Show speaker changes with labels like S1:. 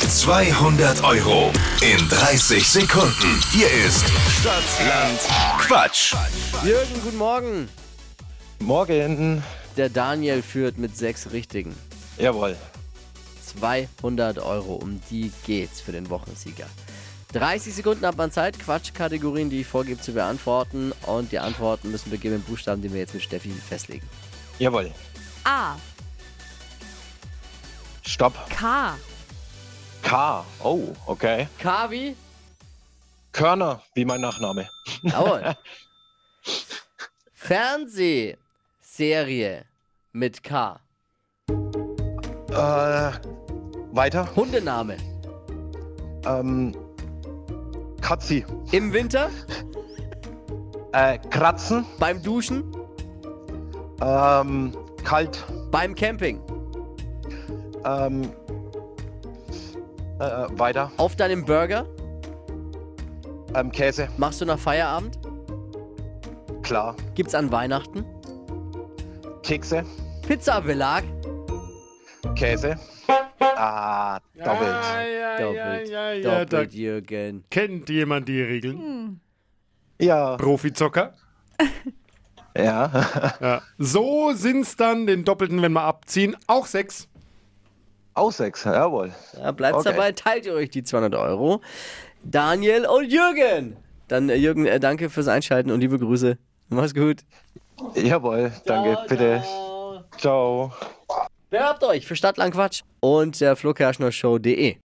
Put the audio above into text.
S1: 200 Euro in 30 Sekunden. Hier ist Stadtland Quatsch.
S2: Jürgen, guten Morgen.
S3: Morgen.
S2: Der Daniel führt mit sechs Richtigen.
S3: Jawohl.
S2: 200 Euro, um die geht's für den Wochensieger. 30 Sekunden hat man Zeit, Quatschkategorien, die ich vorgebe, zu beantworten. Und die Antworten müssen wir geben mit Buchstaben, die wir jetzt mit Steffi festlegen.
S3: Jawohl.
S4: A.
S3: Stopp.
S4: K.
S3: K. Oh, okay.
S2: Kavi?
S3: Körner, wie mein Nachname.
S2: Jawohl. Fernsehserie mit K.
S3: Äh, weiter.
S2: Hundename.
S3: Ähm, Katzi.
S2: Im Winter?
S3: Äh, kratzen.
S2: Beim Duschen?
S3: Ähm, kalt.
S2: Beim Camping?
S3: Ähm, äh, weiter.
S2: Auf deinem Burger?
S3: Ähm, Käse.
S2: Machst du nach Feierabend?
S3: Klar.
S2: Gibt's an Weihnachten?
S3: Kekse.
S2: Pizzabelag?
S3: Käse. Ah, doppelt.
S5: Ja, ja,
S2: Doppelt.
S5: ja, ja, ja, da
S2: Doppelt, Jürgen.
S5: kennt jemand die Regeln.
S3: Ja.
S5: Profizocker.
S3: Ja.
S5: Ja. So sind's dann den Doppelten, wenn wir abziehen, auch sechs.
S3: Auch sechs, jawohl.
S2: Ja, bleibt
S3: Okay.
S2: dabei, teilt ihr euch die 200 Euro. Daniel und Jürgen. Dann äh, Jürgen, äh, danke fürs Einschalten und liebe Grüße. Mach's gut.
S3: Jawohl, danke, bitte. Ciao.
S2: Bewerbt euch für Stadtlang Quatsch und der flokerschnershow.de.